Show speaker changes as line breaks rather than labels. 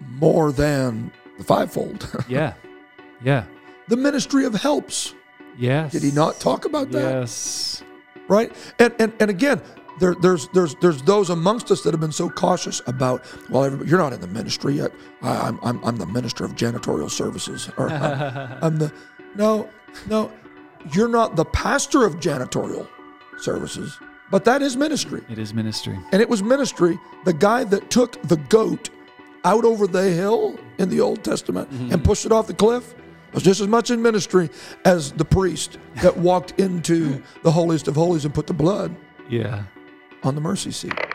more than the fivefold.
Yeah. Yeah.
the ministry of helps.
Yes.
Did he not talk about that?
Yes.
Right? And and and again, there, there's there's there's those amongst us that have been so cautious about well everybody, you're not in the ministry I, I, I'm, I'm I'm the minister of janitorial services or I'm, I'm the no no you're not the pastor of janitorial services but that is ministry
It is ministry.
and it was ministry the guy that took the goat out over the hill in the Old Testament and pushed it off the cliff was just as much in ministry as the priest that walked into the holiest of holies and put the blood
Yeah.
on the mercy seat.